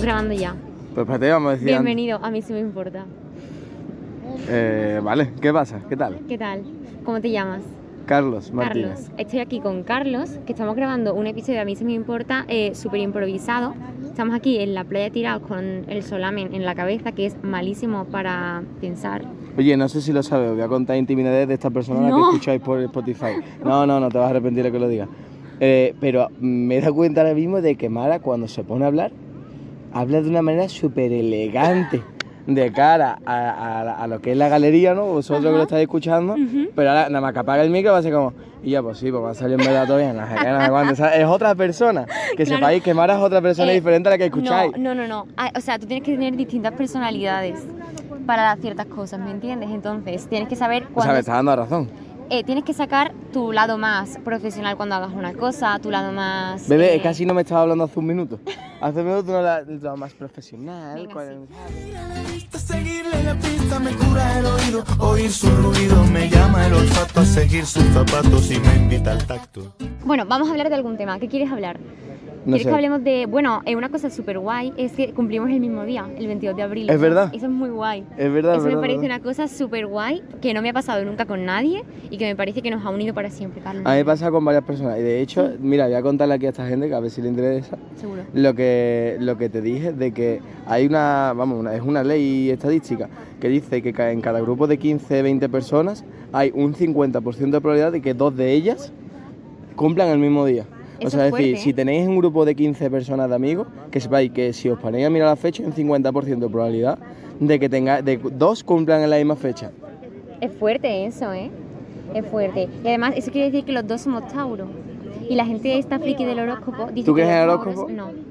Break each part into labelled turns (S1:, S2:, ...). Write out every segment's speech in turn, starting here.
S1: grabando ya.
S2: Pues espérate, vamos a decir. an-
S1: Bienvenido, a mí sí me importa.
S2: Eh, vale, ¿qué pasa? ¿Qué tal?
S1: ¿Qué tal? ¿Cómo te llamas?
S2: Carlos Martínez.
S1: Carlos. Estoy aquí con Carlos, que estamos grabando un episodio de A mí sí me importa, eh, súper improvisado. Estamos aquí en la playa tirados con el solamen en la cabeza, que es malísimo para pensar.
S2: Oye, no sé si lo sabes, os voy a contar intimidades de esta persona a la
S1: No.
S2: que escucháis por Spotify. No, no, no te vas a arrepentir de que lo diga. Eh, pero me he dado cuenta ahora mismo de que Mara, cuando se pone a hablar, habla de una manera súper elegante. De cara a, a- a lo que es la galería, ¿no? Vosotros que lo estáis escuchando, pero ahora nada más que apaga el micro va a ser como, y ya, pues sí, pues va a salir en verdad todavía, no sé qué, no sé cuánto. O sea, es otra persona. Que
S1: Claro.
S2: sepáis que Mara es otra persona
S1: Eh,
S2: diferente a la que escucháis.
S1: No, no, no, no. Ah, O sea, tú tienes que tener distintas personalidades para ciertas cosas, ¿me entiendes? Entonces, tienes que saber
S2: o sea,
S1: cuándo
S2: me Pues estás dando la razón.
S1: eh, tienes que sacar tu lado más profesional cuando hagas una cosa, tu lado más.
S2: Bebé,
S1: eh,
S2: es que así no me estaba hablando hace un minuto. Hace un minuto no la, la más profesional.
S1: Venga,
S2: cual-
S3: Seguirle la pista me cura el oído, oír su ruido me llama el olfato a seguir sus zapatos y me invita al tacto.
S1: Bueno, vamos a hablar de algún tema. ¿Qué quieres hablar?
S2: No
S1: ¿Quieres
S2: sé.
S1: que hablemos de.? Bueno, eh, una cosa súper guay es que cumplimos el mismo día, el 22 de abril.
S2: Es verdad.
S1: Eso es muy guay.
S2: Es verdad,
S1: Eso
S2: verdad,
S1: me parece
S2: verdad.
S1: una cosa súper guay que no me ha pasado nunca con nadie y que me parece que nos ha unido para siempre, Carlos.
S2: A mí me pasa con varias personas. Y de hecho, mira, voy a contarle aquí a esta gente que a ver si le interesa.
S1: Seguro.
S2: Lo que, lo que te dije de que hay una, vamos, una- es una ley estadística que dice que ca- en cada grupo de 15, 20 personas hay un 50% de probabilidad de que dos de ellas cumplan el mismo día.
S1: Eso
S2: o sea,
S1: es
S2: es decir,
S1: fuerte, ¿eh?
S2: si tenéis un grupo de 15 personas de amigos, que sepáis que si os ponéis a mirar la fecha, hay un 50% de probabilidad de que tenga, de que dos cumplan en la misma fecha.
S1: Es fuerte eso, ¿eh? Es fuerte. Y además, eso quiere decir que los dos somos Tauro. Y la gente está friki del horóscopo. Dice
S2: ¿Tú crees
S1: que
S2: en el
S1: los
S2: horóscopo?
S1: Tauros- No.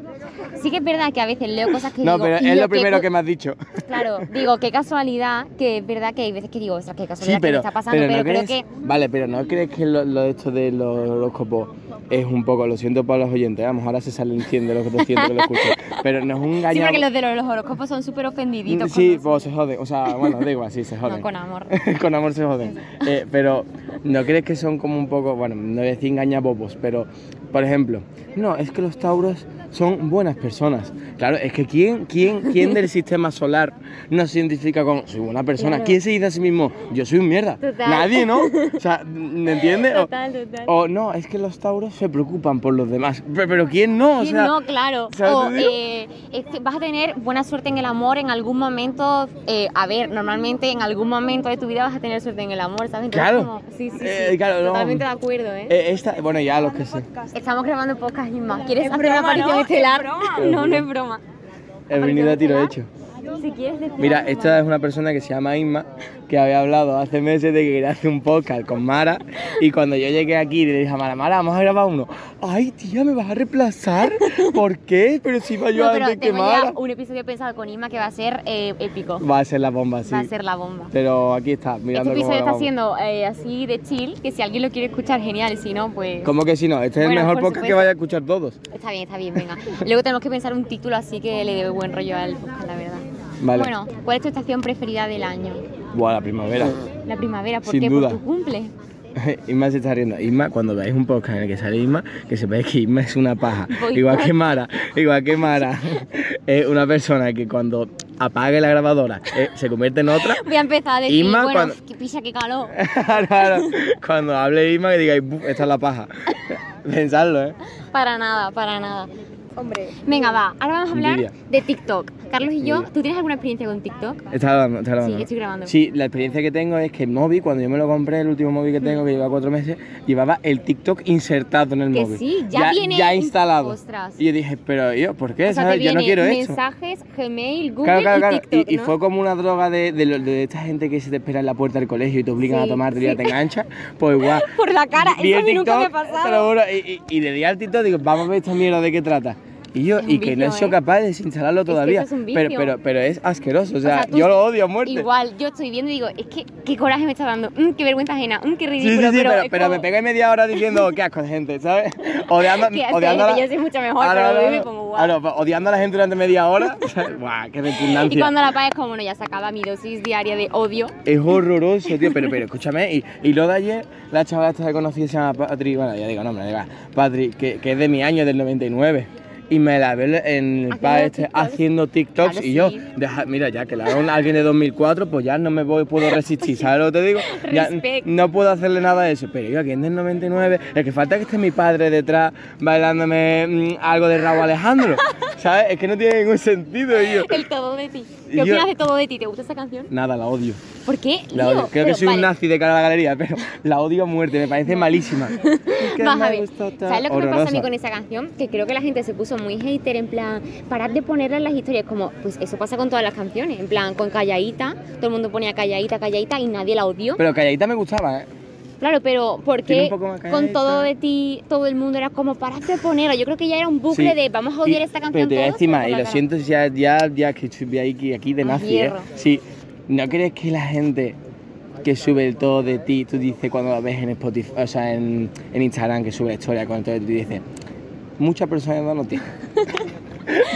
S1: Sí que es verdad que a veces leo cosas que
S2: No,
S1: digo,
S2: pero
S1: "Tío,
S2: es lo
S1: qué
S2: primero
S1: co-
S2: que me has dicho.
S1: Claro, digo, qué casualidad, que es verdad que hay veces que digo, ostras, qué
S2: Sí,
S1: casualidad que me
S2: pero,
S1: está pasando, pero,
S2: pero no
S1: creo
S2: crees,
S1: que...
S2: Vale, pero ¿no crees que lo, lo de esto de los horóscopos es un poco... Lo siento para los oyentes, vamos, ahora se salen 100 de los 200 que lo escuchan. Pero no es un
S1: Sí,
S2: engaño...
S1: porque los de los, los horóscopos son súper ofendiditos. con
S2: Sí,
S1: nosotros.
S2: pues se joden. O sea, bueno, da igual, sí, se joden.
S1: No, con amor.
S2: Con amor se joden. Eh, pero, ¿no crees que son como un poco... Bueno, no voy a decir engañabobos, pero... Por ejemplo, no, es que los tauros son buenas personas. Claro, es que ¿quién, quién, quién del sistema solar no se identifica con soy buena persona?
S1: Claro.
S2: ¿Quién se dice a sí mismo yo soy un mierda?
S1: Total.
S2: Nadie, ¿no? O sea, ¿me entiendes? O-
S1: Total, total.
S2: O no, es que los tauros se preocupan por los demás. Pe- Pero, ¿quién no? O
S1: Sí,
S2: sea,
S1: no, claro.
S2: ¿sabes
S1: O,
S2: lo que digo?
S1: eh, es que vas a tener buena suerte en el amor en algún momento. eh, a ver, normalmente en algún momento de tu vida vas a tener suerte en el amor, ¿sabes? Entonces,
S2: Claro.
S1: como- sí, sí, sí.
S2: Eh, claro, no.
S1: Totalmente de acuerdo, ¿eh?
S2: Eh, esta, bueno, ya los que sé.
S1: Estamos grabando podcast y más. ¿Quieres
S4: Es
S1: hacer una
S4: broma,
S1: aparición
S4: ¿no? Es
S1: estelar?
S4: broma.
S1: No, no es broma.
S2: He venido a tiro hecho.
S1: Si quieres decir
S2: Mira,
S1: algo
S2: esta es una persona que se llama Inma, que había hablado hace meses de que quería hacer un podcast con Mara. Y cuando yo llegué aquí le dije a Mara, Mara, vamos a grabar uno. Ay, tía, ¿me vas a reemplazar? ¿Por qué? Pero si iba yo
S1: No, pero
S2: antes que
S1: tengo
S2: Mara.
S1: ya un episodio pensado con Inma que va a ser eh, épico.
S2: Va a ser la bomba, sí.
S1: Va a ser la bomba.
S2: Pero aquí está,
S1: Este
S2: mirando cómo
S1: episodio está
S2: grabamos.
S1: siendo eh, así de chill, que si alguien lo quiere escuchar, genial. Si no, pues.
S2: ¿Cómo que si no? Este es
S1: Bueno,
S2: el mejor
S1: por
S2: podcast que
S1: supuesto.
S2: vaya a escuchar todos.
S1: Está bien, está bien, venga. Luego tenemos que pensar un título así que le dé buen rollo al podcast, la verdad.
S2: Vale.
S1: Bueno, ¿cuál es tu estación preferida del año?
S2: Buah, la primavera.
S1: La primavera, ¿por
S2: Sin
S1: qué?
S2: duda.
S1: Por tu cumple.
S2: Isma se está riendo. Isma, cuando veáis un podcast en el que sale Isma, que sepáis que Isma es una paja.
S1: Boicot.
S2: Igual que Mara, igual que Mara. es una persona que cuando apague la grabadora eh, se convierte en otra.
S1: Voy a empezar a decir,
S2: Inma,
S1: bueno,
S2: cuando-
S1: qué pisa, qué calor.
S2: Ahora, cuando hable Isma que digáis, "Buf, esta es la paja. Pensadlo, ¿eh?
S1: Para nada, para nada.
S4: Hombre,
S1: Venga, va, ahora vamos a hablar
S2: Envidia.
S1: de TikTok. Carlos y yo, ¿tú tienes alguna experiencia con TikTok?
S2: Está grabando, está grabando.
S1: Sí,
S2: ¿no?
S1: estoy grabando.
S2: Sí, la experiencia que tengo es que el móvil, cuando yo me lo compré, el último móvil que tengo, que lleva cuatro meses, llevaba el TikTok insertado en el
S1: Que
S2: móvil.
S1: sí, ya viene
S2: Ya
S1: in-
S2: instalado.
S1: Ostras.
S2: Y yo dije, pero yo, ¿por qué?
S1: O sea,
S2: ¿Sabes?
S1: te
S2: yo no
S1: viene
S2: quiero esto.
S1: mensajes, Gmail, Google
S2: Claro, claro,
S1: y
S2: claro.
S1: TikTok,
S2: y, y
S1: ¿no?
S2: fue como una droga de, de, lo- de esta gente que se te espera en la puerta del colegio y te obligan
S1: Sí,
S2: a tomar y ya
S1: sí.
S2: te engancha. Pues igual.
S1: Por la cara,
S2: Vi
S1: eso a
S2: el
S1: mí nunca me ha
S2: TikTok,
S1: pasado.
S2: te lo juro, y, y- y le di al TikTok digo, vamos a ver esta mierda de qué trata. Y yo,
S1: Es un
S2: y que no he
S1: vicio,
S2: sido
S1: ¿eh?
S2: capaz de desinstalarlo
S1: que
S2: todavía.
S1: eso es un
S2: pero,
S1: vicio.
S2: pero, pero es asqueroso, o sea,
S1: tú-
S2: yo lo odio a muerte.
S1: Igual, yo estoy viendo y digo, es que qué coraje me está dando, mm, qué vergüenza ajena, mm, qué
S2: Sí, sí, sí,
S1: ridículo.
S2: pero,
S1: es
S2: pero me
S1: como-
S2: pegué media hora diciendo qué asco de gente, ¿sabes? Odiando,
S1: Qué asco de
S2: odiando
S1: gente, yo soy mucho mejor,
S2: Ah, no,
S1: pero
S2: no,
S1: luego me
S2: no.
S1: pongo
S2: Ah,
S1: guau.
S2: no, odiando a la gente durante media hora. ¿sabes? Buah, qué repugnancia.
S1: Y cuando la pagues, como no, ya se acaba mi dosis diaria de odio.
S2: Es horroroso, tío, pero, pero escúchame, y, y lo de ayer, la chavala esta que conocí se llama Patri, bueno, ya digo nombre, diga, Patri, que, que es de mi año, del 99. y me la veo en el
S1: Haciendo
S2: pa este
S1: TikToks.
S2: haciendo TikToks
S1: Claro,
S2: y yo,
S1: sí.
S2: deja- mira, ya que la haga un- alguien de 2004, pues ya no me voy, puedo resistir, ¿sabes lo que te digo? Ya,
S1: Respect.
S2: no puedo hacerle nada de eso, pero yo aquí en del 99, es que falta que esté mi padre detrás bailándome mm, algo de Raúl Alejandro, ¿sabes? Es que no tiene ningún sentido, y yo.
S1: El todo de ti. ¿Qué
S2: Y yo-
S1: opinas de todo de ti? ¿Te gusta esa canción?
S2: Nada, la odio.
S1: ¿Por qué?
S2: La
S1: Leo,
S2: odio. Creo que
S1: pero
S2: soy un
S1: vale,
S2: nazi de cara a la galería, pero la odio a muerte, me parece malísima. Es que
S1: Vas
S2: me
S1: a ver,
S2: gusta
S1: ¿sabes
S2: tan
S1: lo que me pasa a mí
S2: horrorosa.
S1: con esa canción? Que creo que la gente se puso muy hater, en plan, parad de ponerla en las historias, como, pues eso pasa con todas las canciones, en plan, con Calladita, todo el mundo ponía Calladita, Calladita y nadie la odió.
S2: Pero calladita me gustaba, ¿eh?
S1: claro, pero ¿por
S2: Tiene un
S1: qué
S2: poco más
S1: con
S2: Calladita.
S1: todo de ti todo el mundo era como, parad de ponerla? Yo creo que ya era un bucle
S2: Sí.
S1: de, vamos a odiar
S2: Y-
S1: esta
S2: Pero
S1: canción
S2: te voy a
S1: todos,
S2: decir más,
S1: por
S2: y
S1: la
S2: lo
S1: cara".
S2: siento si ya, ya, ya que estoy aquí, aquí de
S1: A
S2: nazi, ¿eh?
S1: hierro.
S2: Sí. ¿No crees que la gente que sube el todo de ti, tú dices cuando la ves en Spotify, o sea, en, en Instagram que sube la historia con el todo de ti, dices, mucha personalidad no tiene?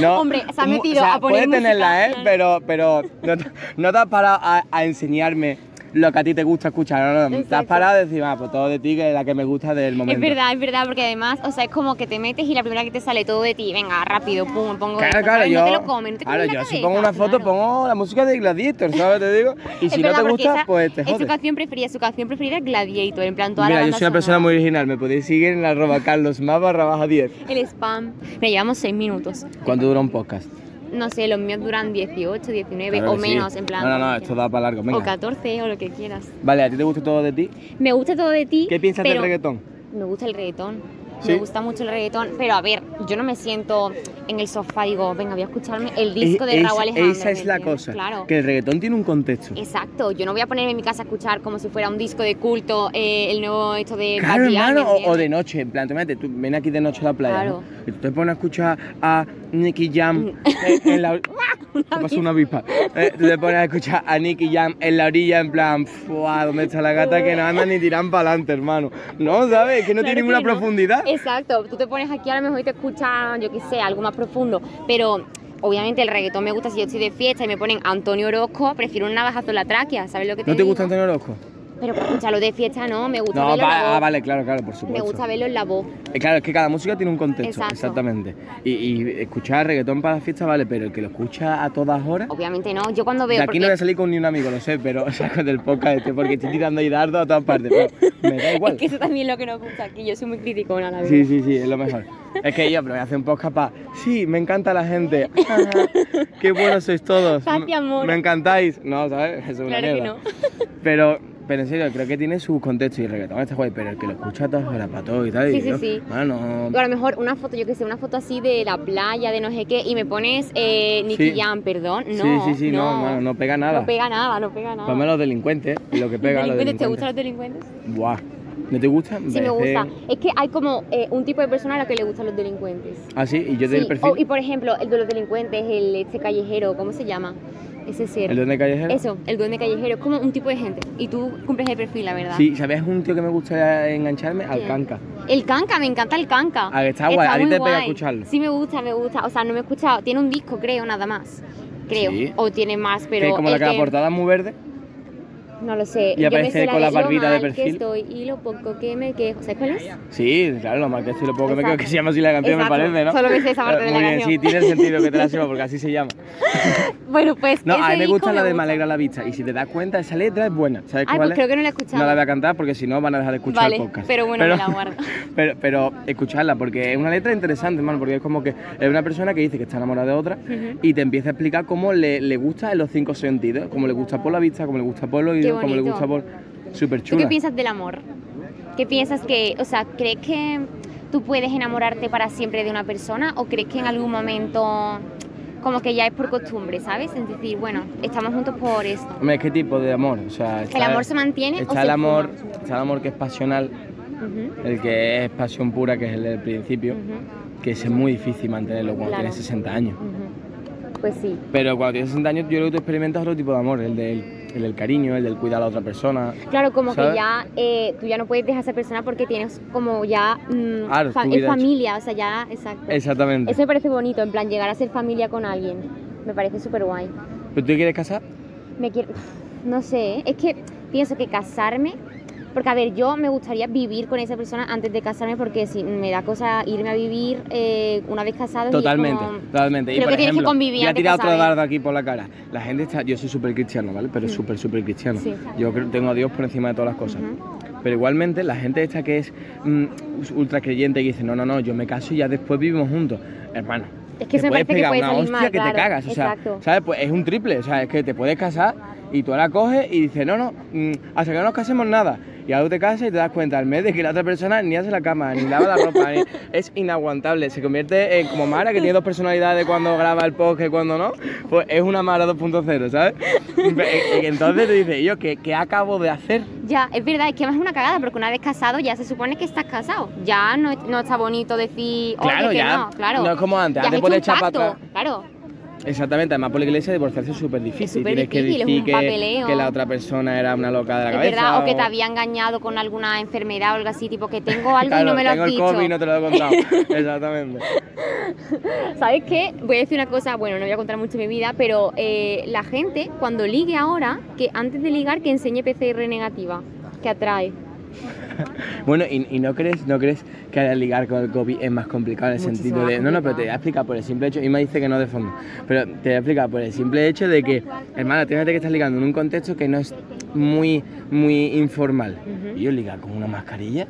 S2: No,
S1: Hombre, se ha
S2: mu-
S1: metido
S2: o sea,
S1: a poner
S2: Puedes tenerla, ¿eh?
S1: música.
S2: Pero, pero no, te- no te has parado a, a enseñarme lo que a ti te gusta escuchar. No, no, te has
S1: Exacto.
S2: parado a decir, ah, pues todo de ti, que es la que me gusta del momento.
S1: Es verdad, es verdad, porque además, o sea, es como que te metes y la primera que te sale todo de ti, venga, rápido, pum, me pongo.
S2: Claro,
S1: esto,
S2: claro,
S1: ¿sabes?
S2: yo.
S1: No te lo comes, no te
S2: claro,
S1: comes la
S2: yo si
S1: cabeza,
S2: pongo una foto,
S1: claro.
S2: pongo la música de Gladiator, ¿sabes? Te digo. Y
S1: Es
S2: si
S1: verdad,
S2: no te
S1: porque
S2: gusta,
S1: esa
S2: pues te
S1: Es su
S2: jodes.
S1: canción preferida, su canción preferida es Gladiator, en plan toda la
S2: Mira, yo
S1: banda
S2: soy una persona
S1: sonora.
S2: muy original, me podéis seguir en arroba carlos barra 10.
S1: El spam. Mira, llevamos 6 minutos.
S2: ¿Cuánto dura un podcast?
S1: No sé, los míos duran 18, 19
S2: Claro
S1: Eh, o
S2: que sí.
S1: menos, en plan.
S2: No, no, no,
S1: como
S2: esto
S1: quieras.
S2: da para largo,
S1: O
S2: venga.
S1: 14 o lo que quieras.
S2: Vale, ¿a ti te gusta todo de ti?
S1: Me gusta todo de ti.
S2: ¿Qué piensas
S1: pero
S2: del reggaetón?
S1: Me gusta el reggaetón.
S2: ¿Sí?
S1: Me gusta mucho el reggaetón, pero a ver, yo no me siento en el sofá digo, venga, voy a escucharme el disco
S2: Es-
S1: de
S2: es-
S1: Raúl Alejandro.
S2: Esa es
S1: ¿me
S2: la
S1: entiendes?
S2: cosa,
S1: Claro.
S2: que el reggaetón tiene un contexto.
S1: Exacto, yo no voy a ponerme en mi casa a escuchar como si fuera un disco de culto eh, el nuevo esto de
S2: Claro,
S1: Bad Gyal, ¿me
S2: hermano, o, o de
S1: entiendes?
S2: noche, en plan, tú, imagínate, tú ven aquí de noche a la playa,
S1: Claro. Mm.
S2: ¿no? Y tú te pones a escuchar a Nicky Jam eh, en la... ¿Qué pasó una avispa? Eh, tú te pones a escuchar a Nicky Jam en la orilla, en plan, ¡fua! ¿Dónde está la gata que no anda ni tiran para adelante, hermano? No, ¿sabes? Es que no
S1: Claro
S2: tiene ninguna
S1: que no.
S2: profundidad.
S1: Exacto, tú te pones aquí a lo mejor y te escuchas, yo qué sé, algo más profundo, pero obviamente el reggaetón me gusta si yo estoy de fiesta y me ponen Antonio Orozco, prefiero un navajazo en la tráquea, ¿sabes lo que te
S2: ¿No te
S1: digo?
S2: gusta Antonio Orozco?
S1: Pero para escucharlo de fiesta no, me gusta
S2: No,
S1: verlo en la
S2: va- ah,
S1: voz.
S2: vale, claro, claro, por
S1: Me
S2: supuesto.
S1: gusta verlo en la voz.
S2: Eh, Claro, es que cada música tiene un contexto,
S1: Exacto.
S2: exactamente. Y, y escuchar reggaetón para la fiesta, vale, pero el que lo escucha a todas horas...
S1: Obviamente no, yo cuando veo
S2: De aquí
S1: porque-
S2: no voy a salir con ni un amigo, lo sé, pero saco del podcast este porque estoy tirando ahí dardo a todas partes. pero me da igual.
S1: es que eso también es lo que nos gusta aquí, yo soy muy criticona la verdad.
S2: Sí, sí, sí, es lo mejor. Es que yo, pero voy a hacer un podcast para. Sí, me encanta la gente. Ajá, Qué buenos sois todos.
S1: Paz y amor.
S2: Me encantáis. No, ¿sabes? Eso es una
S1: Claro que
S2: mierda. Pero, pero en serio, creo que tiene su contexto y el reggaetón está guay, pero el que lo escucha a todas horas para todo y tal.
S1: Sí,
S2: y
S1: sí,
S2: yo,
S1: sí.
S2: Mano,
S1: O a lo mejor una foto, yo que sé, una foto así de la playa, de no sé qué, y me pones eh, Nicky
S2: Sí.
S1: Jam, perdón. No,
S2: sí, sí, sí, no, mano, no pega nada.
S1: No pega nada, no pega nada.
S2: Ponme los delincuentes, lo que pega a
S1: ¿Delincuentes?
S2: los delincuentes.
S1: ¿Te gustan los delincuentes?
S2: Buah. ¿No te gusta?
S1: Sí, me
S2: Parece-
S1: gusta. Es que hay como eh, un tipo de persona a la que le gustan los delincuentes.
S2: Ah, sí, y yo te doy
S1: Sí,
S2: el perfil.
S1: o- y por ejemplo, el de los delincuentes, el este callejero, ¿cómo se llama? Ese ser.
S2: ¿El duende callejero?
S1: Eso, el duende callejero, es como un tipo de gente. Y tú cumples el perfil, la verdad.
S2: Sí, ¿sabes un tío que me gusta engancharme? Al
S1: ¿Quién?
S2: canca.
S1: El canca, me encanta el canca.
S2: Ah, que está guay, a ti
S1: muy
S2: te pega
S1: guay.
S2: escucharlo.
S1: Sí, me gusta, me gusta. O sea, no me he escuchado. Tiene un disco, creo, nada más. Creo.
S2: Sí.
S1: O tiene más, pero.
S2: que como
S1: el
S2: la que la
S1: que-
S2: portada es muy verde.
S1: No lo sé.
S2: Y
S1: Yo
S2: aparece
S1: me sé
S2: con la
S1: de
S2: barbita
S1: lo
S2: de
S1: mal
S2: perfil.
S1: Que estoy y lo poco que me quejo. ¿Sabes cuál es?
S2: Sí, claro, lo mal que estoy, lo poco que me creo que
S1: Exacto.
S2: se llama así la canción,
S1: Exacto.
S2: me parece, ¿no?
S1: Solo me sé esa parte
S2: Eh,
S1: de la
S2: Muy bien,
S1: canción.
S2: sí, tiene sentido que te la sepa porque así se llama.
S1: Bueno, pues.
S2: No, a
S1: ese
S2: mí me
S1: disco
S2: gusta la de Me
S1: gusta.
S2: alegra la vista. Y si te das cuenta, esa letra es buena. ¿Sabes
S1: Ay, pues
S2: cuál es?
S1: creo que no la he escuchado.
S2: No la voy a cantar porque si no van a dejar de escuchar
S1: Vale,
S2: el podcast.
S1: pero bueno, me la guardo.
S2: Pero, pero escucharla porque es una letra interesante, hermano, porque es como que es una persona que dice que está enamorada de otra y te empieza a explicar cómo le, le gusta en los cinco sentidos, cómo le gusta por la vista, cómo le gusta por los oídos, cómo le
S1: bonito.
S2: gusta por... Súper
S1: ¿Tú
S2: chula.
S1: qué piensas del amor? ¿Qué piensas que. O sea, ¿crees que tú puedes enamorarte para siempre de una persona o crees que en algún momento. Como que ya es por costumbre, ¿sabes? Es decir, bueno, estamos juntos por esto.
S2: Hombre, ¿qué tipo de amor? O sea, está,
S1: ¿El amor se mantiene o
S2: está
S1: se
S2: el amor,
S1: fuma?
S2: está el amor que es pasional,
S1: Ujú,
S2: el que es pasión pura, que es el del principio,
S1: ujú,
S2: que ese es muy difícil mantenerlo cuando
S1: Claro.
S2: tienes 60 años.
S1: ujú. Pues sí.
S2: Pero cuando tienes 60 años, yo creo que tú experimentas otro tipo de amor, el del, el del cariño, el del cuidar a la otra persona.
S1: Claro, como
S2: ¿Sabes?
S1: que ya eh, tú ya no puedes dejar a esa persona porque tienes como ya mm,
S2: Claro,
S1: fa-
S2: Ah, tu
S1: es
S2: vida hecha.
S1: familia, o sea, ya, exacto.
S2: Exactamente.
S1: Eso me parece bonito, en plan llegar a ser familia con alguien. Me parece súper guay.
S2: ¿Pero tú te quieres casar?
S1: Me quiero, no sé, ¿eh? es que pienso que casarme Porque, a ver, yo me gustaría vivir con esa persona antes de casarme porque si me da cosa irme a vivir eh, una vez casado.
S2: Totalmente, totalmente.
S1: Creo que tienes que convivir
S2: ya he
S1: antes que
S2: tirado otro
S1: saber.
S2: dardo aquí por la cara. La gente está. Yo soy súper cristiano, ¿vale? Pero súper, súper cristiano.
S1: Sí.
S2: Yo creo, tengo a Dios por encima de todas las cosas.
S1: Ujú.
S2: Pero igualmente, la gente esta que es mm, ultra creyente y dice: No, no, no, yo me caso y ya después vivimos juntos. Hermano.
S1: Es que eso
S2: te
S1: me
S2: puedes
S1: parece que
S2: pegar
S1: puede
S2: una
S1: salir
S2: hostia
S1: mal,
S2: que te
S1: claro,
S2: cagas. O sea,
S1: exacto.
S2: ¿sabes? Pues es un triple. O sea, es que te puedes casar y tú la coges y dices: No, no, mm, hasta que no nos casemos nada. Y ahora tú te casas y te das cuenta al mes de que la otra persona ni hace la cama, ni lava la ropa. ni- Es inaguantable. Se convierte en como Mara, que tiene dos personalidades cuando graba el podcast y cuando no. Pues es una Mara 2.0, ¿sabes? Y- y Entonces te dices: Yo, ¿qué, ¿qué acabo de hacer?
S1: Ya, es verdad, es que además es una cagada porque una vez casado ya se supone que estás casado. Ya no, no está bonito decir. "Oye,
S2: Claro,
S1: que
S2: ya.
S1: No, claro.
S2: No es como antes,
S1: Ya has
S2: antes
S1: hecho
S2: puedes
S1: un
S2: echar para
S1: pacto,
S2: atrás.
S1: Claro.
S2: Exactamente, además por la iglesia divorciarse es súper difícil.
S1: Es súper
S2: Tienes que
S1: difícil, es
S2: decir
S1: un
S2: que,
S1: papeleo.
S2: que la otra persona era una loca de la
S1: Es
S2: cabeza.
S1: verdad, o que te había engañado con alguna enfermedad o algo así, tipo que tengo algo
S2: Claro,
S1: y no me lo
S2: tengo
S1: has
S2: el
S1: dicho.
S2: COVID y no te lo he contado. Exactamente.
S1: ¿Sabes qué? Voy a decir una cosa, bueno, no voy a contar mucho mi vida, pero eh, la gente cuando ligue ahora, que antes de ligar que enseñe PCR negativa, que atrae.
S2: Bueno, ¿y, y no crees no crees que al ligar con el COVID es más complicado en el
S1: Muchísimo
S2: sentido
S1: más
S2: de... No, no, pero
S1: complicado.
S2: te voy a explicar por el simple hecho... Y me dice que no de fondo. Pero te voy a explicar por el simple hecho de que, hermana, fíjate que estás ligando en un contexto que no es muy, muy informal.
S1: Ujú.
S2: Y yo ligar con una mascarilla...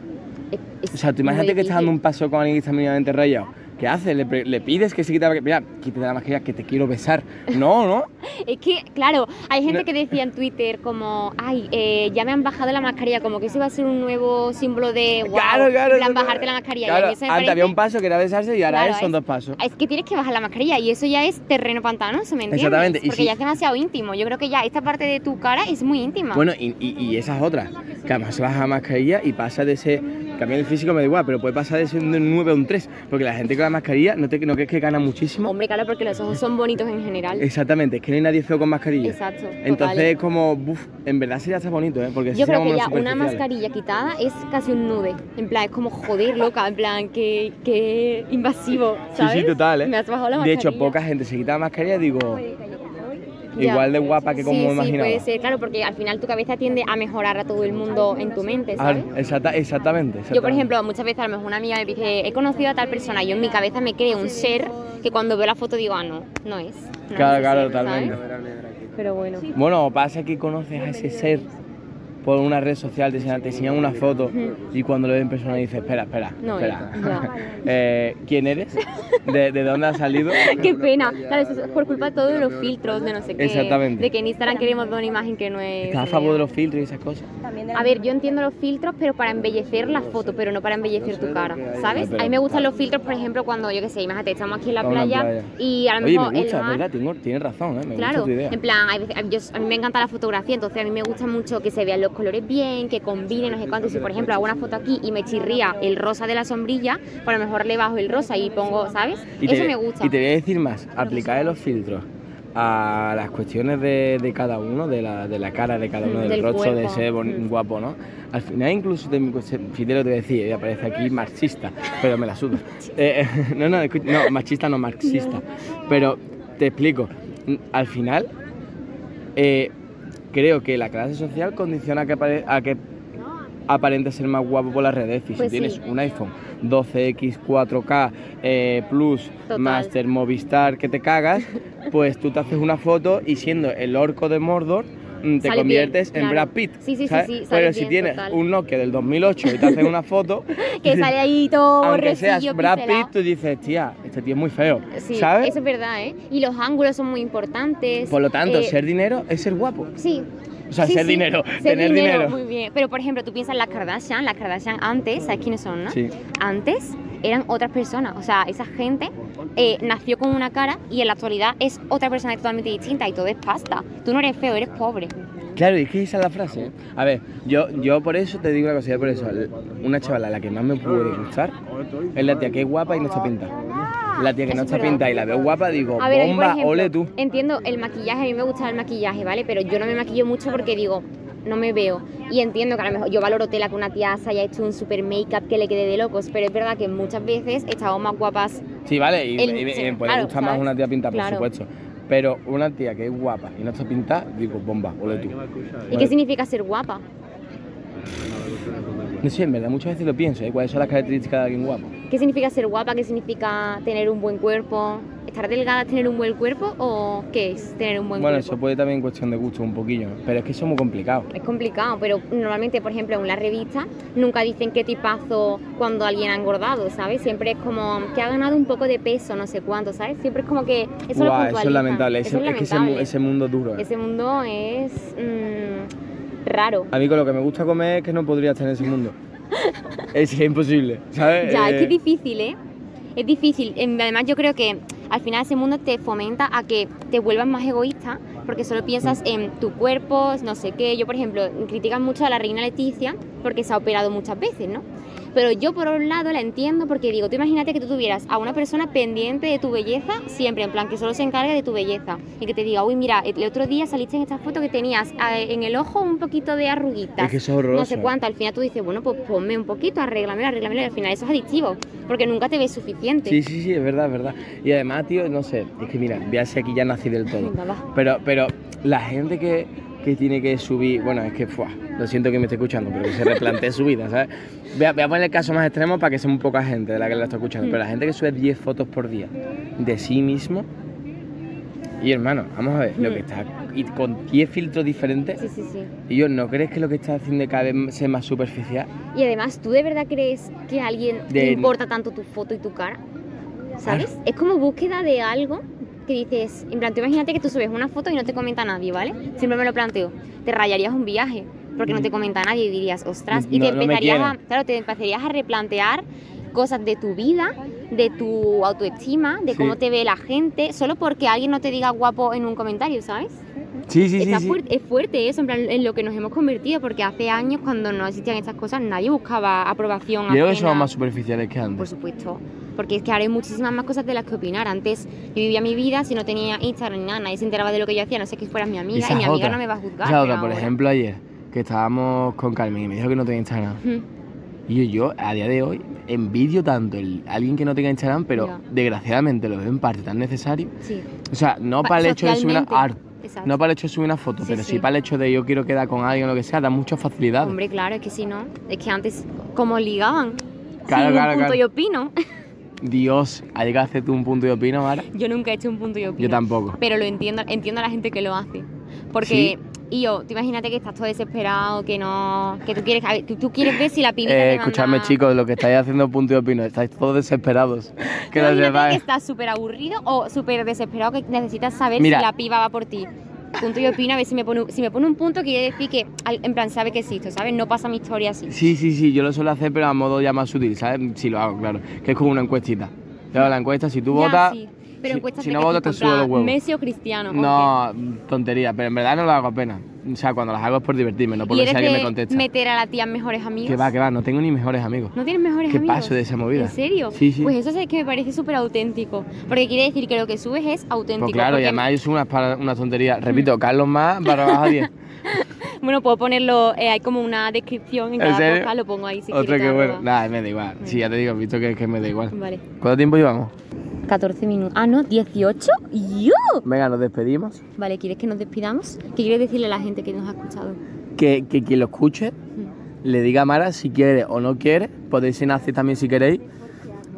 S1: Es- es
S2: O sea, tú
S1: muy
S2: imagínate que estás dando un
S1: difícil.
S2: paso con alguien que está mínimamente rayado. ¿Qué haces? ¿Le, pre- le pides que se quite la mascarilla? Mira, quítate la mascarilla que te quiero besar. No, ¿no?
S1: Es que, claro, hay gente
S2: No.
S1: que decía en Twitter como, ay, eh, ya me han bajado la mascarilla, como que ese va a ser un nuevo símbolo de, wow,
S2: claro, claro.
S1: en plan,
S2: eso-
S1: bajarte la mascarilla. Y a
S2: Claro,
S1: mí eso me
S2: antes había
S1: parece-
S2: un paso que era besarse y ahora
S1: Claro,
S2: es- son
S1: es-
S2: dos pasos.
S1: Es que tienes que bajar la mascarilla y eso ya es terreno pantanoso, ¿me entiendes?
S2: Exactamente, y
S1: Porque
S2: si-
S1: ya es demasiado íntimo. Yo creo que ya esta parte de tu cara es muy íntima.
S2: Bueno, y, y, y esas otras. Que además se baja la mascarilla y pasa de ese. Que a mí el físico me da igual, pero puede pasar de ser un 9 a un 3. Porque la gente con la mascarilla no, te, no crees que gana muchísimo.
S1: Hombre, claro, porque los ojos son bonitos en general.
S2: Exactamente, es que no hay nadie feo con mascarilla.
S1: Exacto. total.
S2: Entonces, es como, buf, en verdad sería hasta bonito, ¿eh? Porque sí
S1: Yo creo
S2: seríamos
S1: que ya
S2: menos
S1: una
S2: superficiales.
S1: mascarilla quitada es casi un nude. En plan, es como joder, loca. En plan, que, que invasivo,
S2: Sí,
S1: ¿sabes?
S2: sí, total, ¿eh?
S1: Me has bajado la
S2: De
S1: mascarilla.
S2: hecho, poca gente se quita la mascarilla y digo,
S1: Ya.
S2: igual de guapa que como
S1: sí,
S2: me
S1: Sí,
S2: imaginaba.
S1: puede ser, claro, porque al final tu cabeza tiende a mejorar a todo el mundo en tu mente,
S2: Ah,
S1: ¿sabes?
S2: exacta- exactamente,
S1: Yo, por
S2: exactamente.
S1: ejemplo, muchas veces a lo mejor una amiga me dice, he conocido a tal persona, y yo en mi cabeza me creo un ser que cuando veo la foto digo, ah, no, no es. no es
S2: Claro,
S1: ese
S2: claro,
S1: ser",
S2: totalmente.
S1: ¿sabes? Pero bueno.
S2: Bueno, pasa que conoces a ese ser por una red social, te enseñan, te enseñan una foto y cuando lo ves en persona dices, espera, espera,
S1: No,
S2: espera.
S1: ya.
S2: Eh, ¿Quién eres? ¿De, de dónde has salido?
S1: Qué pena. Claro, eso es por culpa todo de los filtros, de no sé qué.
S2: Exactamente.
S1: De que en Instagram queremos dar una imagen que no es.
S2: ¿Estás a favor de los filtros y esas cosas?
S1: A ver, yo entiendo los filtros, pero para embellecer la foto, pero no para embellecer tu cara, ¿sabes? A mí me gustan los filtros, por ejemplo, cuando, yo qué sé, imagínate, estamos aquí en la
S2: ah. Estamos en la
S1: playa
S2: playa.
S1: y a lo
S2: Oye, me
S1: mejor
S2: gusta,
S1: el mar...
S2: ¿verdad? Tengo- Tienes razón, ¿eh? me gusta
S1: Claro,
S2: tu idea.
S1: en plan, hay veces- a, yo- a mí me encanta la fotografía, entonces a mí me gusta mucho que se vean los colores bien, que combinen, no sé cuánto. Y Si, por ejemplo, hago una foto aquí y me chirría el rosa de la sombrilla, pues a lo mejor le bajo el rosa y pongo, ¿sabes?
S2: Y
S1: Eso
S2: te-
S1: me gusta.
S2: Y te voy a decir más, aplicar los filtros a las cuestiones de, de cada uno, de la, de la cara de cada uno,
S1: Mm,
S2: del,
S1: del
S2: rostro, de
S1: cuerpo.
S2: ser bon-
S1: Mm.
S2: guapo, ¿no? Al final incluso, te, Fidel lo te voy a decir, y aparece aquí marxista, pero me la suda. Eh, no, no, escu- no, machista no, marxista. Pero te explico, al final eh, creo que la clase social condiciona a que, apare- a que aparentes ser más guapo por las redes. Y
S1: Pues
S2: si tienes
S1: sí.
S2: un iPhone 12X 4K eh, Plus
S1: Total.
S2: Master Movistar que te cagas, pues tú te haces una foto y siendo el orco de Mordor mm, te
S1: Sales
S2: conviertes
S1: bien,
S2: en
S1: claro.
S2: Brad Pitt.
S1: Sí, sí, sí,
S2: ¿sabes?
S1: sí, sales
S2: Pero si
S1: bien,
S2: tienes
S1: total.
S2: un Nokia del 2008 y te haces una foto,
S1: que sale ahí todo
S2: aunque seas
S1: borrecillo,
S2: Brad
S1: pincelado.
S2: Pitt, tú dices, tía, este tío es muy feo.
S1: Sí,
S2: ¿Sabes?
S1: eso es verdad, ¿eh? Y los ángulos son muy importantes.
S2: Por lo tanto,
S1: eh,
S2: ser dinero es ser guapo.
S1: Sí.
S2: O sea,
S1: Sí,
S2: ser
S1: sí,
S2: dinero,
S1: ser
S2: tener dinero.
S1: Muy bien. Pero, por ejemplo, tú piensas en las Kardashian. Las Kardashian antes, ¿sabes quiénes son, no?
S2: Sí.
S1: Antes eran otras personas. O sea, esa gente eh, nació con una cara y en la actualidad es otra persona totalmente distinta y todo es pasta. Tú no eres feo, eres pobre.
S2: Claro, y es que esa es la frase. ¿eh? A ver, yo, yo por eso te digo una cosa, yo por eso, l- una chavala la que más me puede gustar es la tía que es guapa y no está pintada. La tía que no
S1: Eso
S2: está
S1: es verdad.
S2: pintada y la veo guapa, digo,
S1: A ver, a mí, por
S2: bomba,
S1: ejemplo,
S2: ole tú.
S1: Entiendo el maquillaje, a mí me gusta el maquillaje, ¿vale? Pero yo no me maquillo mucho porque digo, no me veo. Y entiendo que a lo mejor yo valoro tela que una tía se haya hecho un super make-up que le quede de locos, pero es verdad que muchas veces estamos más guapas.
S2: Sí, vale, y,
S1: El-
S2: y- y
S1: sí,
S2: me puede
S1: claro,
S2: gustar más
S1: ¿sabes?
S2: una tía pintada,
S1: Claro.
S2: por supuesto. Pero una tía que es guapa y no está pintada, digo, bomba, ole tú.
S1: ¿Y qué significa ser guapa?
S2: No sé, en verdad muchas veces lo pienso, ¿eh? ¿Cuáles son las características de alguien guapo?
S1: ¿Qué significa ser guapa? ¿Qué significa tener un buen cuerpo? ¿Estar delgada es tener un buen cuerpo o qué es tener un buen
S2: bueno,
S1: cuerpo?
S2: eso puede también cuestión de gusto un poquillo, ¿no? pero es que eso es muy complicado.
S1: Es complicado, pero normalmente, por ejemplo, en una revista nunca dicen qué tipazo cuando alguien ha engordado, ¿sabes? Siempre es como que ha ganado un poco de peso, no sé cuánto, ¿sabes? Siempre es como que eso lo
S2: Guau, eso es
S1: puntualizan.
S2: lamentable,
S1: Eso
S2: ese, es que ese, mu-
S1: lamentable.
S2: ese mundo es duro. ¿eh?
S1: Ese mundo es mm, raro.
S2: A mí con lo que me gusta comer es que no podría estar en ese mundo. es que es imposible, ¿sabes?
S1: Ya, es que
S2: Eh,
S1: es difícil, ¿eh? Es difícil. Em, Además, yo creo que al final ese mundo te fomenta a que te vuelvas más egoísta porque solo
S2: Mm.
S1: piensas en tu cuerpo, no sé qué. Yo, por ejemplo, critican mucho a la reina Leticia porque se ha operado muchas veces, ¿no? Pero yo, por un lado, la entiendo porque digo, tú imagínate que tú tuvieras a una persona pendiente de tu belleza siempre, en plan, que solo se encargue de tu belleza y que te diga, uy, mira, el otro día saliste en esta foto que tenías ah, en el ojo un poquito de arruguitas
S2: Es que eso es horroroso.
S1: no sé cuánto, al final tú dices, bueno, pues ponme un poquito, arréglamelo, arréglamelo, y al final eso es adictivo, porque nunca te ves suficiente.
S2: Sí, sí, sí, es verdad, es verdad. Y además, tío, no sé, es que mira, ya sé que ya nací del todo.
S1: Venga, va.
S2: Pero, pero la gente que, que tiene que subir, bueno, es que, fuah, lo siento que me esté escuchando, pero que se replantee su vida, ¿sabes? Voy a, voy a poner el caso más extremo para que sea muy poca gente de la que la está escuchando,
S1: Mm.
S2: pero la gente que sube 10 fotos por día de sí mismo, y hermano, vamos a ver, lo
S1: Mm.
S2: que está, y con 10 filtros diferentes,
S1: Sí, sí, sí.
S2: y yo, ¿no crees que lo que está haciendo cada vez sea más superficial?
S1: Y además, ¿tú de verdad crees que a alguien
S2: De- Ah.
S1: le importa tanto tu foto y tu cara? ¿Sabes? Es como búsqueda de algo que dices, en plan, tú imagínate que tú subes una foto y no te comenta nadie, ¿vale? Siempre me lo planteo, te rayarías un viaje porque no te comenta nadie y dirías, ostras, y
S2: Mm. No-
S1: te
S2: no me
S1: empezarías a,
S2: quieren.
S1: claro, te empezarías a replantear cosas de tu vida, de tu autoestima, de
S2: Sí.
S1: cómo te ve la gente, solo porque alguien no te diga guapo en un comentario, ¿sabes?
S2: Sí, sí,
S1: Está fuerte, es fuerte eso, en, plan, en lo que nos hemos convertido, porque hace años cuando no existían estas cosas nadie buscaba aprobación.
S2: Yo creo que
S1: ajena.
S2: somos más superficiales que antes.
S1: Por supuesto, porque es que ahora hay muchísimas más cosas de las que opinar. Antes yo vivía mi vida, si no tenía Instagram ni nada, nadie se enteraba de lo que yo hacía, no sé que fueras mi amiga,
S2: Esa
S1: y mi
S2: es
S1: amiga
S2: otra.
S1: no me va a juzgar.
S2: Esa es
S1: pero
S2: otra, por
S1: ahora-
S2: ejemplo, ayer, que estábamos con Carmen y me dijo que no tenía Instagram.
S1: Ujú.
S2: Y yo, yo, a día de hoy, envidio tanto el, a alguien que no tenga Instagram, pero
S1: Ya.
S2: desgraciadamente lo veo en parte tan necesario.
S1: Sí.
S2: O sea, no
S1: Pa-
S2: para el hecho de subir una,
S1: socialmente.
S2: ar-
S1: Exacto.
S2: no para el hecho de subir una foto,
S1: Sí,
S2: pero sí.
S1: sí.
S2: para el hecho de yo quiero quedar con alguien o lo que sea, da mucha facilidad.
S1: Hombre, claro, es que si no, es que antes como ligaban.
S2: Claro,
S1: sin
S2: claro,
S1: un punto
S2: claro.
S1: y opino.
S2: Dios, hay que hacer tú un punto de opino ahora.
S1: Yo nunca he hecho un punto y opino.
S2: Yo tampoco.
S1: Pero lo entiendo, entiendo a la gente que lo hace. Porque, y yo, tú imagínate que estás todo desesperado, que no. que tú quieres, a ver, tú, tú quieres ver si la pibita.
S2: Eh,
S1: te manda-
S2: escuchadme, chicos, lo que estáis haciendo punto de opino, estáis todos desesperados. Que
S1: Tú
S2: lo
S1: imagínate que
S2: sepáis.
S1: estás súper aburrido o súper desesperado que necesitas saber
S2: Mira.
S1: si la piba va por ti. Punto y opino, a ver si me pone, un- si me pone un punto, quiere decir que, al- en plan, sabe que existo, ¿sabes? No pasa mi historia así.
S2: Sí, sí, sí, yo lo suelo hacer, pero a modo ya más sutil, ¿sabes? Sí, lo hago, claro. Que es como una encuestita. Te hago la encuesta, si tú
S1: Ya,
S2: votas.
S1: sí. Pero
S2: si-
S1: encuestas
S2: si
S1: de
S2: no
S1: qué
S2: votas,
S1: tipo,
S2: te
S1: en
S2: subo los
S1: plan,
S2: huevos.
S1: Messi o Cristiano. ok.
S2: No, tontería, pero en verdad no lo hago apenas. O sea, cuando las hago es por divertirme, no por
S1: ¿Y
S2: ver si
S1: eres
S2: alguien me
S1: de
S2: contesta.
S1: meter a la tía en mejores amigos?
S2: Que va, que va, no tengo ni mejores amigos.
S1: ¿No tienes mejores
S2: ¿Qué
S1: amigos?
S2: paso de esa movida?
S1: ¿En serio?
S2: Sí, sí.
S1: Pues eso es que me parece súper auténtico. Porque quiere decir que lo que subes es auténtico.
S2: Pues claro, y
S1: porque-
S2: además yo soy una, para- una tontería. Repito, Carlos más barra baja 10.
S1: Bueno, puedo ponerlo, eh, hay como una descripción en
S2: ¿En
S1: cada
S2: serio?
S1: podcast, lo pongo ahí si
S2: Otro
S1: quieres.
S2: que
S1: te
S2: bueno.
S1: lo-
S2: Nada, me da igual. Sí, ya te digo, he visto que, que me da igual.
S1: Vale.
S2: ¿Cuánto tiempo llevamos?
S1: 14 minutos. Ah, no, 18. ¡Yo!
S2: Venga, nos despedimos.
S1: Vale, ¿quieres que nos despidamos? ¿Qué quieres decirle a la gente que nos ha escuchado? Hmm.
S2: Que, que quien lo escuche le diga a Mara si quiere o no quiere. Podéis ir a hacer también si queréis.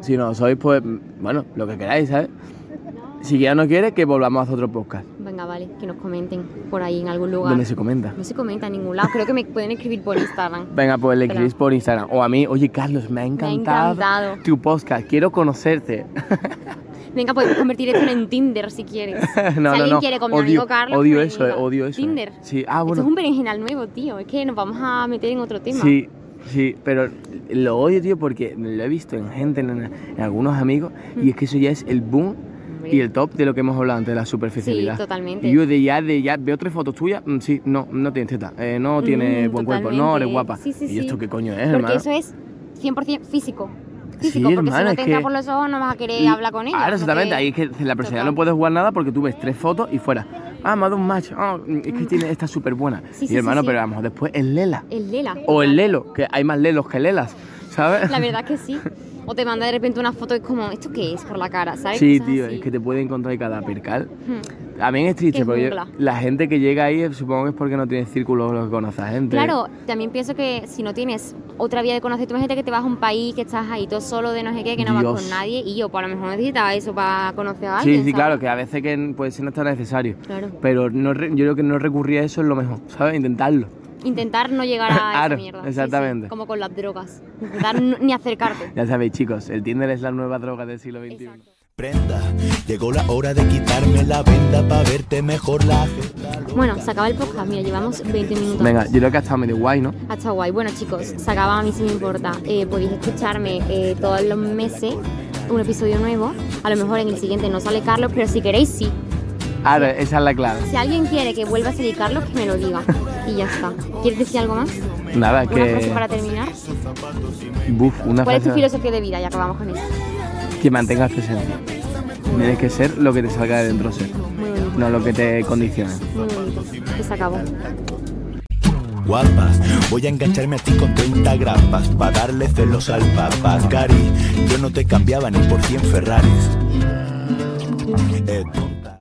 S2: Si no sois, pues, bueno, lo que queráis, ¿sabes? Si ya no quiere, que volvamos a hacer otro podcast.
S1: Venga, vale, que nos comenten por ahí en algún lugar.
S2: Donde se comenta.
S1: No se comenta en ningún lado. Creo que me pueden escribir por Instagram.
S2: Venga, pues le
S1: Hola.
S2: escribís por Instagram. O a mí, oye Carlos, me ha encantado,
S1: encantado.
S2: tu podcast, quiero conocerte.
S1: Venga, podemos convertir esto en Tinder si quieres. si
S2: no, no,
S1: alguien
S2: no.
S1: quiere con mi
S2: odio,
S1: amigo Carlos.
S2: odio
S1: me
S2: eso, eh,
S1: diga.
S2: odio eso. eh.
S1: Tinder.
S2: Sí, ah,
S1: Esto
S2: bueno.
S1: es un berenjenal nuevo, tío. Es que nos vamos a meter en otro tema.
S2: Sí, sí, pero lo odio, tío, porque lo he visto en gente, en, en algunos amigos, y es que eso ya es el boom
S1: Mm. Hombre.
S2: y el top de lo que hemos hablado antes, de la superficialidad.
S1: Sí, totalmente.
S2: Y yo eh, de ya, de ya, veo tres fotos tuyas, mm, sí, no, no tienes teta, eh, no tienes
S1: Mm,
S2: buen cuerpo, no eres
S1: totalmente.
S2: guapa.
S1: Sí, sí,
S2: ¿Y esto
S1: sí.
S2: qué coño es,
S1: Porque
S2: hermano?
S1: eso es 100% físico.
S2: Sí,
S1: Físico, porque si no
S2: hermano, es
S1: te entra
S2: que-
S1: por los ojos no vas a querer
S2: Y-
S1: hablar con ella.
S2: Ahora,
S1: no
S2: exactamente,
S1: te-
S2: ahí es que en la personalidad
S1: Total.
S2: no puedes jugar nada porque tú ves tres fotos y fuera. Ah, me ha dado un match. Ah, es que tiene esta súper buena.
S1: Mm. Sí, sí,
S2: y hermano,
S1: sí, sí.
S2: pero vamos, después el Lela.
S1: El Lela.
S2: O el Lelo, que hay más Lelos que Lelas, ¿sabes?
S1: La verdad que sí. O te manda de repente una foto y es como, ¿esto qué es por la cara? ¿Sabes?
S2: Sí,
S1: Cosas
S2: tío,
S1: así.
S2: es que te puede encontrar cada percal.
S1: Hmm.
S2: También es triste,
S1: Que
S2: porque yo-
S1: jungla.
S2: la gente que llega ahí supongo que es porque no tiene círculos los que conoce a gente.
S1: Claro, también pienso que si no tienes otra vía de conocerte, imagínate que te vas a un país, que estás ahí todo solo de no sé qué, que no vas
S2: Dios.
S1: con nadie, y yo, pues a lo mejor necesitaba eso para conocer a
S2: Sí,
S1: alguien.
S2: sí,
S1: ¿sabes?
S2: claro, que a veces que puede ser no tan necesario.
S1: Claro.
S2: Pero no, re- yo creo que no recurrir a eso es lo mejor, ¿sabes? Intentarlo.
S1: Intentar no llegar a
S2: Claro,
S1: esa mierda. Sí, sí,
S2: exactamente.
S1: como con las drogas. Intentar n- ni acercarte.
S2: Ya sabéis, chicos, el Tinder es la nueva droga del siglo XXI.
S1: Exacto.
S3: Prenda, llegó la hora de quitarme la venda para verte mejor la jeta.
S1: Bueno, se acaba el podcast. Mira, llevamos 20 minutos.
S2: Venga, yo creo que ha estado medio guay, ¿no?
S1: Ha estado guay. Bueno, chicos, se acaba a mí si me importa. Eh, podéis escucharme eh, todos los meses un episodio nuevo. A lo mejor en el siguiente no sale Carlos, pero si queréis, sí.
S2: Ahora, esa es la clave.
S1: Si alguien quiere que vuelva a salir Carlos, que me lo diga. Y ya está. ¿Quieres decir algo más?
S2: Nada,
S1: Una frase
S2: que.
S1: para terminar.
S2: Buf, una
S1: ¿Cuál es tu
S2: frase
S1: filosofía de vida? Ya acabamos con eso.
S2: que mantenga tu esencia. Tienes que ser lo que te salga de dentro ser,
S1: Muy bonito.
S2: no lo que te condiciona.
S1: Muy bonito. Que se acabó.
S3: Guapas, voy a engancharme a ti con 30 grapas Pa' darle celos al papá Cari, yo no te cambiaba ni por 100 Ferraris Eh,